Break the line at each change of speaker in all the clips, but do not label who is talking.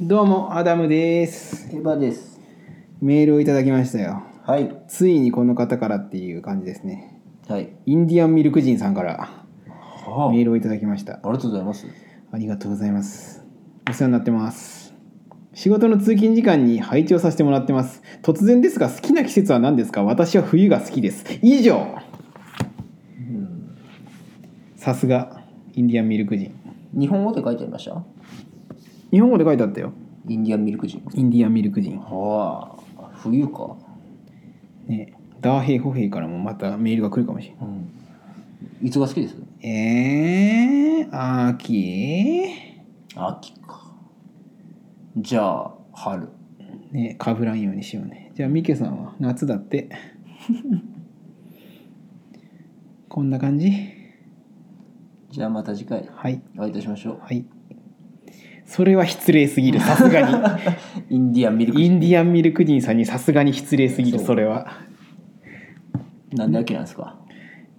どうもアダムです
エヴァです。
メールをいただきましたよ
はい。
ついにこの方からっていう感じですね
はい。
インディアンミルク人さんから
はあ。あ
メー
り
ルをいただきました
がとうございます。
ありがとうございますお世話になってます仕事の通勤時間に配置をさせてもらってます突然ですが好きな季節は何ですか私は冬が好きです以上
うん。
さすがインディアンミルク人
日本語で書いてありました。
日本語で書いてあったよ
インディアンミルク人。
インディアンミルク人
はあ。冬か。
ねダーヘイホヘイからもまたメールが来るかもしれない
うん。いつが好きです。
えー、秋
秋か。じゃあ、春。
ねかぶらんようにしようねじゃあミケさんは夏だって こんな感じ
じゃあ、また次回。
はい
お会いいたしましょう。
はいそれは失礼すぎるさすがに
インディアン ミルク
イ
人。
ンディアンミルク人さんにさすがに失礼すぎる
そう
それは
なんで秋なんですか。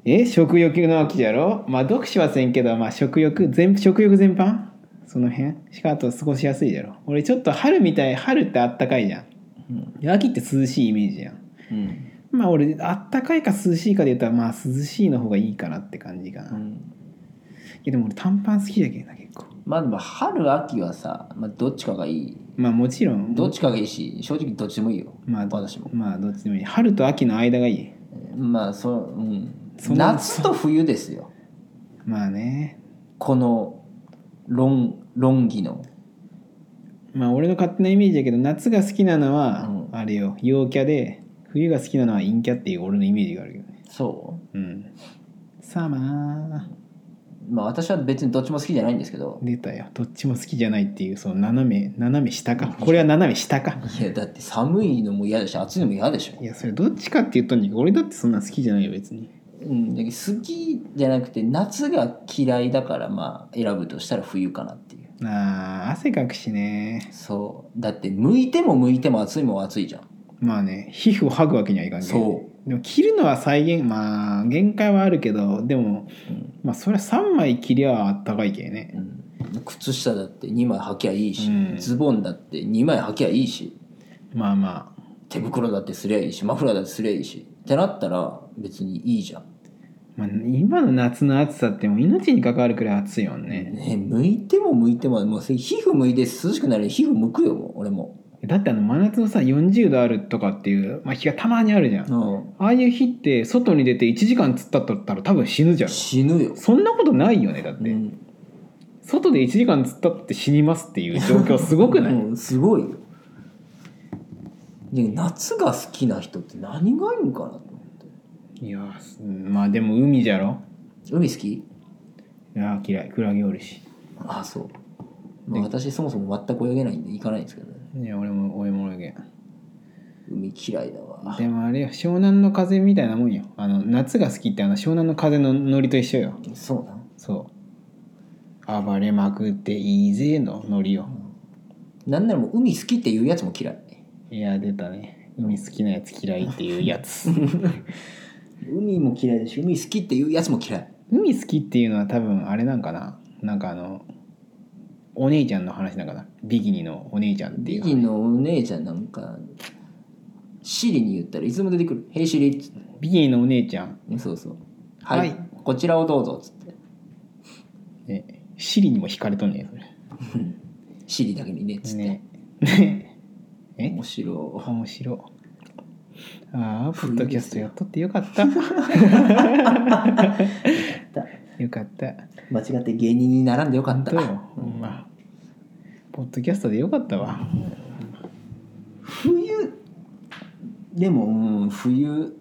え食欲の秋じゃろまあ読書はせんけど、まあ、食欲全食欲全般その辺しかあと過ごしやすいじゃろ俺ちょっと春みたい春ってあったかいじゃん
うん。
で秋って涼しいイメージやん
うん。
まあ俺あったかいか涼しいかで言ったらまあ涼しいの方がいいかなって感じかな、
う
い
ん。
やでも俺短パン好きだけどな結構
まあ、でも、春秋はさ、まあ、どっちかがいい。
まあもちろん
どっちかがいいし、正直どっちでもいいよ。
まあ
私も。
まあどっちでもいい春と秋の間がいい
まあそう、うん、
そんな
夏と冬ですよ
まあね
この論論議の
まあ俺の勝手なイメージだけど夏が好きなのは
うん
あれよ陽キャで冬が好きなのは陰キャっていう俺のイメージがあるけどね
そ
うんサマ
うまあ私は別にどっちも好きじゃないんですけど
ー出たよどっちも好きじゃないっていうその斜め斜め下かこれは斜め下か
いやだって寒いのも嫌だし暑いのも嫌でしょ
い、やそれどっちかって言ったんだけど俺だってそんな好きじゃないよ別に
うん、だけど好きじゃなくて夏が嫌いだからまあ選ぶとしたら冬かなっていう
あー汗かくしね
そうだって向いても向いても暑いもん暑いじゃん
まあね皮膚を剥ぐわけにはいかんけど
そ
でも切るのは再現まあ限界はあるけどでも
う、うん
まあそれは3枚切りゃあったかいけね
うん、靴下だって2枚履きゃいいし、
うん
ズボンだって2枚履きゃいいし
まあまあ
手袋だってすりゃいいしマフラーだってすりゃいいしってなったら別にいいじゃん、
まあ、今の夏の暑さってもう命に関わるくらい暑いもんね
ね、向いても向いてももうそれ皮膚向いて涼しくなるように皮膚向くよもう俺も、
だってあの真夏のさ40度あるとかっていう、まあ、日がたまにあるじゃん、あ
う
あいう日って外に出て1時間突っ立っとったら多分死ぬじゃ
ん、
ん
死ぬよ、
そんなことないよねだって、
うん
外で1時間突っ立って死にますっていう状況すごくない、
うんすごいよで夏が好きな人って何がいいんかなと思って
いやすまあでも海じゃろ
海好き
いや嫌いクラゲおるし
ああそう、まあ、私そもそも全く泳げないんで行かないんですけど
い
ね
や俺も俺も泳げん
海嫌いだわ
でもあれよ湘南の風みたいなもんよあの夏が好きってあの湘南の風のノリと一緒よ
そうなん
そう暴れまくっていいぜのノリよ
なんならもう海好きっていうやつも嫌い
いや出たね海好きなやつ嫌いっていうやつ
海も嫌いだし海好きっていうやつも嫌い
海好きっていうのは多分あれなんかななんかあのお姉ちゃんの話なんかなビギニのお姉ちゃんってい
ビ
う
ギンのお姉ちゃんなんかシリに言ったらいつでも出てくる「ヘイシリ」っつって
ビギニのお姉ちゃん
ねそうそう「はい、
はい
こちらをどうぞ」っつって
ねシリにも惹かれとんねんそれ
シリだけにねっつって、
ねねえ
面白
面白いああポッドキャストやっとってよか ったよかった
い間違って芸人に並んでよかっ
本
た
当よほんまポッドキャストでよかったわ
冬でもうん冬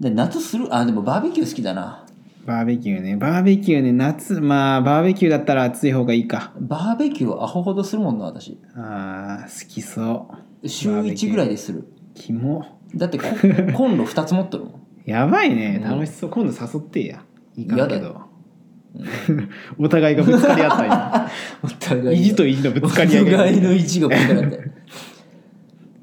で夏するあでもバーベキュー好きだな
バーベキューねバーベキューね夏まあバーベキューだったら暑い方がいいか
バーベキューはアホほどするもんな私
あー好きそう
週
バーベキュ
1
ー
ぐらいでする
キモ
だってこコンロ2つ持ってるもん
やばいね
うん
楽しそう今度誘ってやいかんけ
やだ
ど お互いがぶつかり合ったり
お 互いが
意地と意地のぶつかり合い
お
が
互いの位置が分からない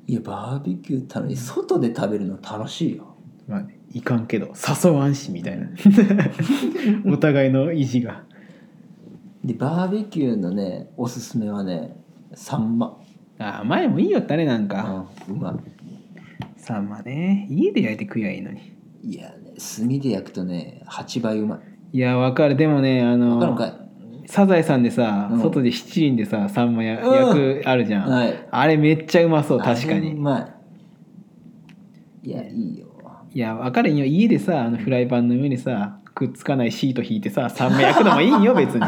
いやバーベキュー楽しい外で食べるの楽しいよ
まあね、いかんけど誘わんしみた いなお互いの意地が
でバーベキューのねおすすめはねサンマ
あ甘いもいいよったねなんか、
うんうま
サンマね家で焼いて食えばいいのに
いいやね炭で焼くとね8倍うまい
いやわかるでもねあ
わかる
の
のかい
サザエさんでさ、
うん
外で七輪でさサンマや
うん
焼くあるじゃん、
はい
あれめっちゃうまそう確か
あれう
に
まいいやいいよ
いやわかるんよ家でさあのフライパンの上にさくっつかないシート引いてさサンマ焼くのもいいんよ 別に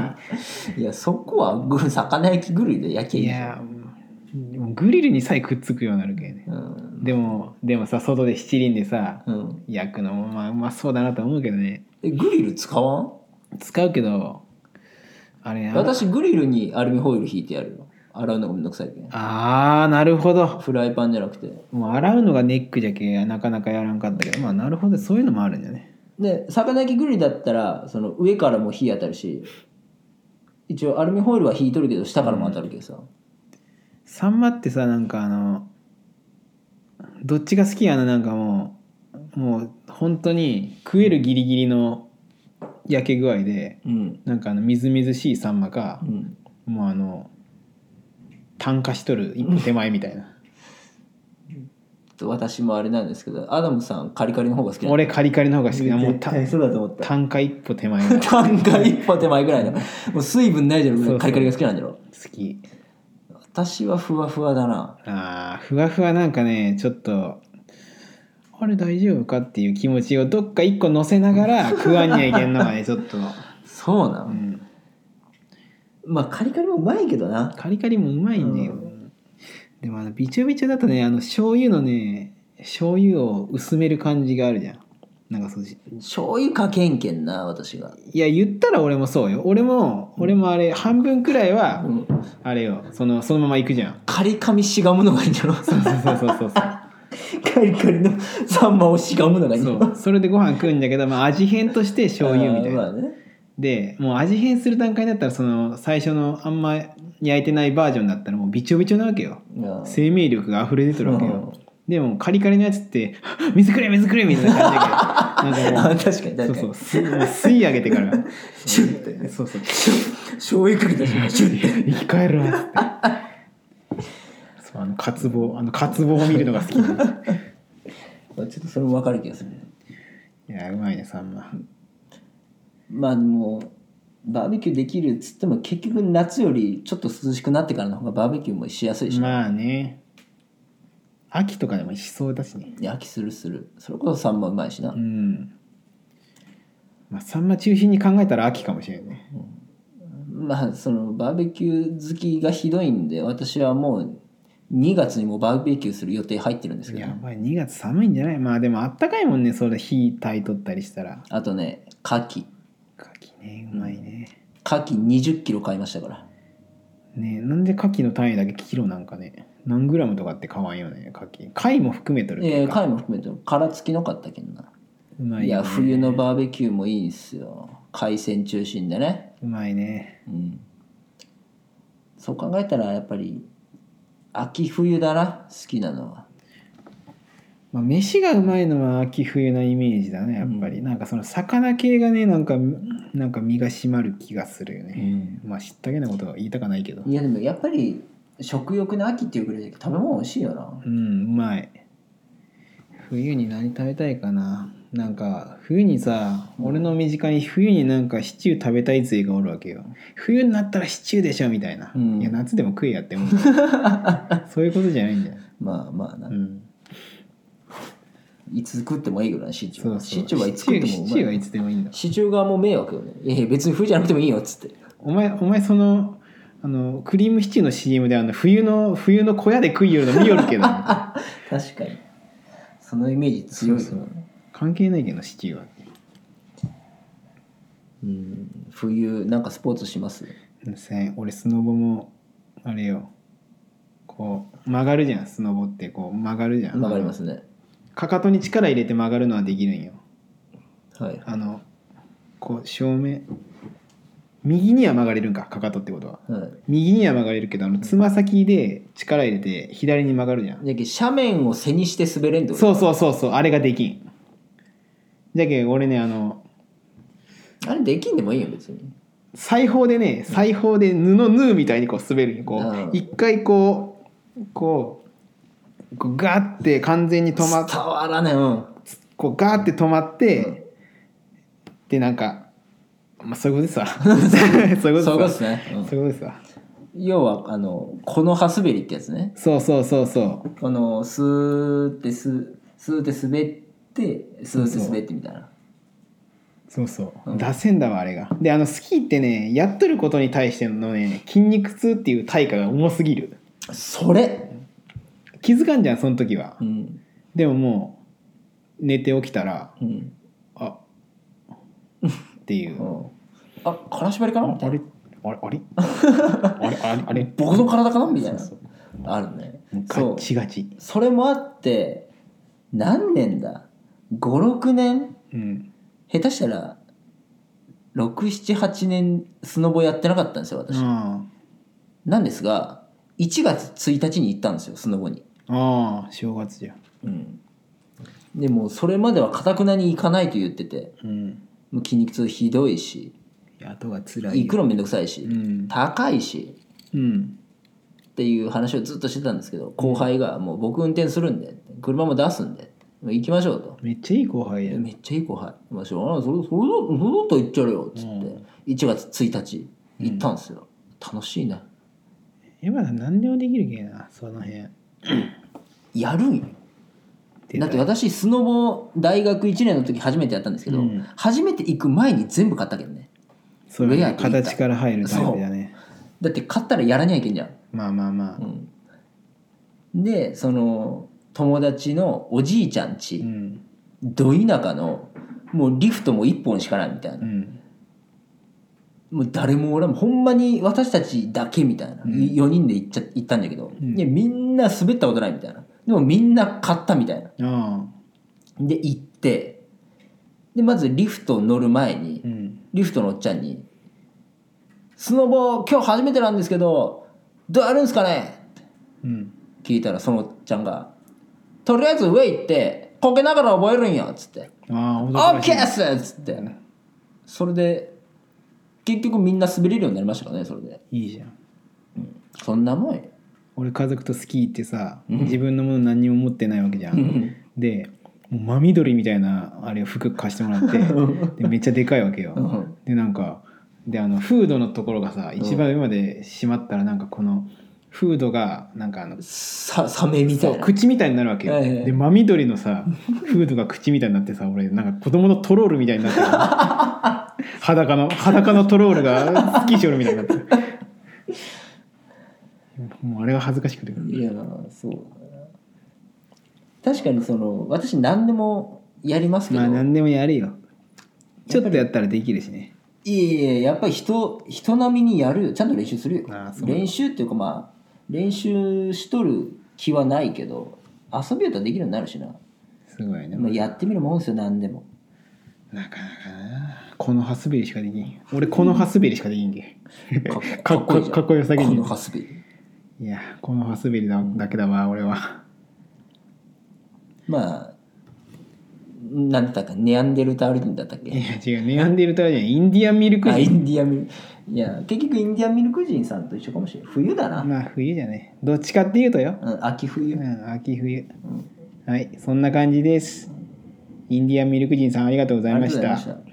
いやそこはぐ魚焼きグリルで焼け
い
いいじゃん
やもうグリルにさえくっつくようになるけどね
うん
でもでもさ外で七輪でさ
うん、
焼くのもまあうまそうだなと思うけどね
えグリル使わん
使うけどあれあ
私グリルにアルミホイル引いてやるよ洗うのがめんどくさいけん
あーなるほど
フライパンじゃなくて
もう洗うのがネックじゃけなかなかやらんかったけどまあなるほどそういうのもあるんだね
で魚焼きグリルだったらその上からも火当たるし一応アルミホイルは引いとるけど下からも当たるけどさ、
サンマってさなんかあのどっちが好きやななんかもうもう本当に食えるギリギリの焼け具合で
うん
なんかあのみずみずしいサンマか
うん、
もうあの炭化しとる一歩手前みたいな
私もあれなんですけどアダムさんカリカリの方が好きなの
俺カリカリの方が好きだもうた
そうだと思った
炭化一歩手前
単価一歩手前ぐらいのもう水分ないじゃろ
そうそう
カリカリが好きなんじゃろ
好き
私はふわふわだな
あーふわふわなんかねちょっとあれ大丈夫かっていう気持ちをどっか一個乗せながら食わんにゃいけんのがねちょっと、
そうな、
うんん、
まあカリカリもうまいけどな
カリカリもうまいんだよ、
う
でもあのびちょびちょだとねあの醤油のね醤油を薄める感じがあるじゃんなんかそうし
醤油かけんけんな私が、
いや言ったら俺もそうよ俺も俺もあれ半分くらいは
うん、
あれよそのそのまま行くじゃん
カリカミしがむのがいいんじゃろ
そうそうそうそうそう
カリカリのサンマをしがむのがいいんじ
そ
ゃろ
う それでご飯食うんだけど、まあ、味変として醤油みたいな、
あーまあね
でもう味変する段階だったらその最初のあんま焼いてないバージョンだったらもうびちょびちょなわけよ
いや
生命力が溢れ出てるわけよ、でもカリカリのやつって 「水くれ水くれ」みたいな感じだけど なんかも
あ
う
確かに確か
そ
に
うそうすもう吸い上げてから
シュッて
そうそう
醤油かけた瞬間シュッて
生き返るなっつってそうあの渇望あの渇望を見るのが好きなんだ
ちょっとそれも分かる気がする
いやうまいねさんま
まあでもバーベキューできるっつっても結局夏よりちょっと涼しくなってからの方がバーベキューもしやすいし、
まあね秋とかでもしそうだしね
いや秋するするそれこそサンマうまいしな、
うんまあサンマ中心に考えたら秋かもしれないね
まあそのバーベキュー好きがひどいんで私はもう2月にもうバーベキューする予定入ってるんですけど
やばい2月寒いんじゃないまあでもあったかいもんねそれ火炊いとったりしたら
あとね牡蠣
牡蠣ねうまいね
牡蠣2 0キロ買いましたから
ねえなんで牡蠣の単位だけキロなんかね何グラムとかって変わんよね牡蠣貝も含めとるってい
え
う
ー、
か、
貝も含めて殻付きのかったけんな
うまい,、
いや冬の
場
バーベキューもいいんすよ海鮮中心でね
うまいね
うんそう考えたらやっぱり秋冬だな好きなのは
まあ飯がうまいのは秋冬なイメージだねやっぱり、
う
なんかその魚系がねなんかなんか身が締まる気がするよね、まあ知ったけなことは言いたかないけど
いやでもやっぱり食欲の秋っていうぐらいで食べ物美味しいよな
うんうまい冬に何食べたいかななんか冬にさ俺の身近に冬になんかシチュー食べたい勢がおるわけよ冬になったらシチューでしょみたいな、
うん
いや夏でも食えやって 思うそういうことじゃないんだよ、
まあまあな、
うん、
いつ食ってもいいぐらいシチュー
そうそ
は
う
シチューはいつ食っても
シチューシチュ
う
ー
ま
はいいつでもいいんだ
シチュー側も迷惑よねいやいや別に冬じゃなくてもいいよっつって
お前お前そのあのクリームシチューの CM であの冬の冬の小屋で食いよるの見よ るけど
確かにそのイメージ強いよね
そうそう関係ないけどシチューは
うん冬なんかスポーツします
せん俺スノボもあれよこう曲がるじゃんスノボってこう曲がるじゃん
曲がりますね
かかとに力入れて曲がるのはできるんよ
はい
あのこう正面右には曲がれるんかかかとってことは
はい
右には曲がれるけどあのつま先で力入れて左に曲がるじゃん
じゃけ斜面を背にして滑れんってこと
そうそうそうそうあれができんじゃけ俺ねあの
あれできんでもいいよ別に
裁縫でね裁縫で布縫うみたいにこう滑るにこ
うん
う一回こうこうこうガーって完全に止まっ
伝わらねえうん
こうガーって止まって、
うん
でなんかまあそういうこと ですわそういう
そういう
こ
こと
と
で
です
す
わ
ね、うん
そういうことですわ
要はあのこの葉滑りってやつね
そうそうそうそう
このスーってススーって滑ってスーって滑ってみたいな
そうそう、
うん
出せんだわあれがであのスキーってねやっとることに対してのね筋肉痛っていう対価が重すぎる
それ、
気づかんじゃんその時は、
うん
でももう寝て起きたら
うん
あっていう、
うん、あからしばりかなみた
あ
いな
れあれあれあれあれあれ
僕の体かなみたいな
そう
あるね
ガ
そう
ッチガチ
それもあって何年だ56年
うん
下手したら678年スノボやってなかったんですよ
う
私、
ん
なんですが1月1日に行ったんですよスノボに、
ああ正月じゃん
うん、でもそれまではかたくなに行かないと言ってて
うん
もう筋肉痛ひどいし
後が辛い
行くのめんどくさいし、
うん
高いし
うん
っていう話をずっとしてたんですけど後輩が「もう僕運転するんで車も出すんでもう行きましょう」と。
めっちゃいい後輩やん
めっちゃいい後輩「まあ、しょうがないそれそれだそれだったら行っちゃうよ」っつって、
うん
1月1日行ったんですよ、楽しいね
今だ何でもできるけんなその辺
やるんよだって私スノボ大学1年の時初めてやったんですけど、
うん
初めて行く前に全部買ったけどね
そう
ウェア
ね
って言った
形から入るタイプだね
だって買ったらやらにゃいけんじゃん、
まあまあまあ
うんでその友達のおじいちゃん
う
ち、
ん
ど田舎のもうリフトも1本しかないみたいな、
うん
もう誰も俺もほんまに私たちだけみたいな、
うん
4人で行っちゃ行ったんだけど、
うん
いやみんな滑ったことないみたいなでもみんな買ったみたいな
あ
で行ってでまずリフト乗る前に
あうん
リフトのおっちゃんに「スノボ今日初めてなんですけどどうやるんすかね?」
うん
聞いたらそのおっちゃんが「とりあえず上行ってこけながら覚えるんよ」っつって
ああ
「オ
男
ッ
らしい
ケーっす!」っつってそれで結局みんな滑れるようになりましたからねそれで。
いいじゃん
そんなもんよ。
俺家族とスキー行ってさ自分のもの何にも持ってないわけじゃんでもう真緑みたいなあれ服貸してもらってでめっちゃでかいわけよ、
うん
でなんかであのフードのところがさ一番上まで閉まったらなんかこのフードがなんかあの
さサメみた
そ
いうな。
口みたいになるわけよ、
はいはい
で真緑のさフードが口みたいになってさ俺なんか子供のトロールみたいになって る裸の裸のトロールがスキーショールみたいになってるもうあれが恥ずかしくて
いやそうだな。確かにその私何でもやりますけど、
まあ何でもやるよち
や
ょ
っぱり
っとやったらできるしね
いやいややっぱり人人並みにやるよちゃんと練習するよ
ああそう
練習っていうかまあ練習しとる気はないけど遊びよったらできるようになるしな、
すごいね、
まあ、やってみるもんですよ何でも
なかなかなこのハスベリしかできん俺このハスベリしかできんけかっこ
じゃん
かっこよさげに
このハスビ
んいやこのハスベリだだけだわ俺は
まあ何だったかネアンデルタール人だったっけ
いや違うネアンデルタールじゃないインディアンミルク
あイ
人
ンディアンミルいや結局インディアンミルク人さんと一緒かもしれない冬だな、
まあ冬じゃねどっちかっていうとよ、
うん、秋
う
冬
ん、秋冬はいそんな感じですインディアンミルク人さんありがとうございました
ありがとうございました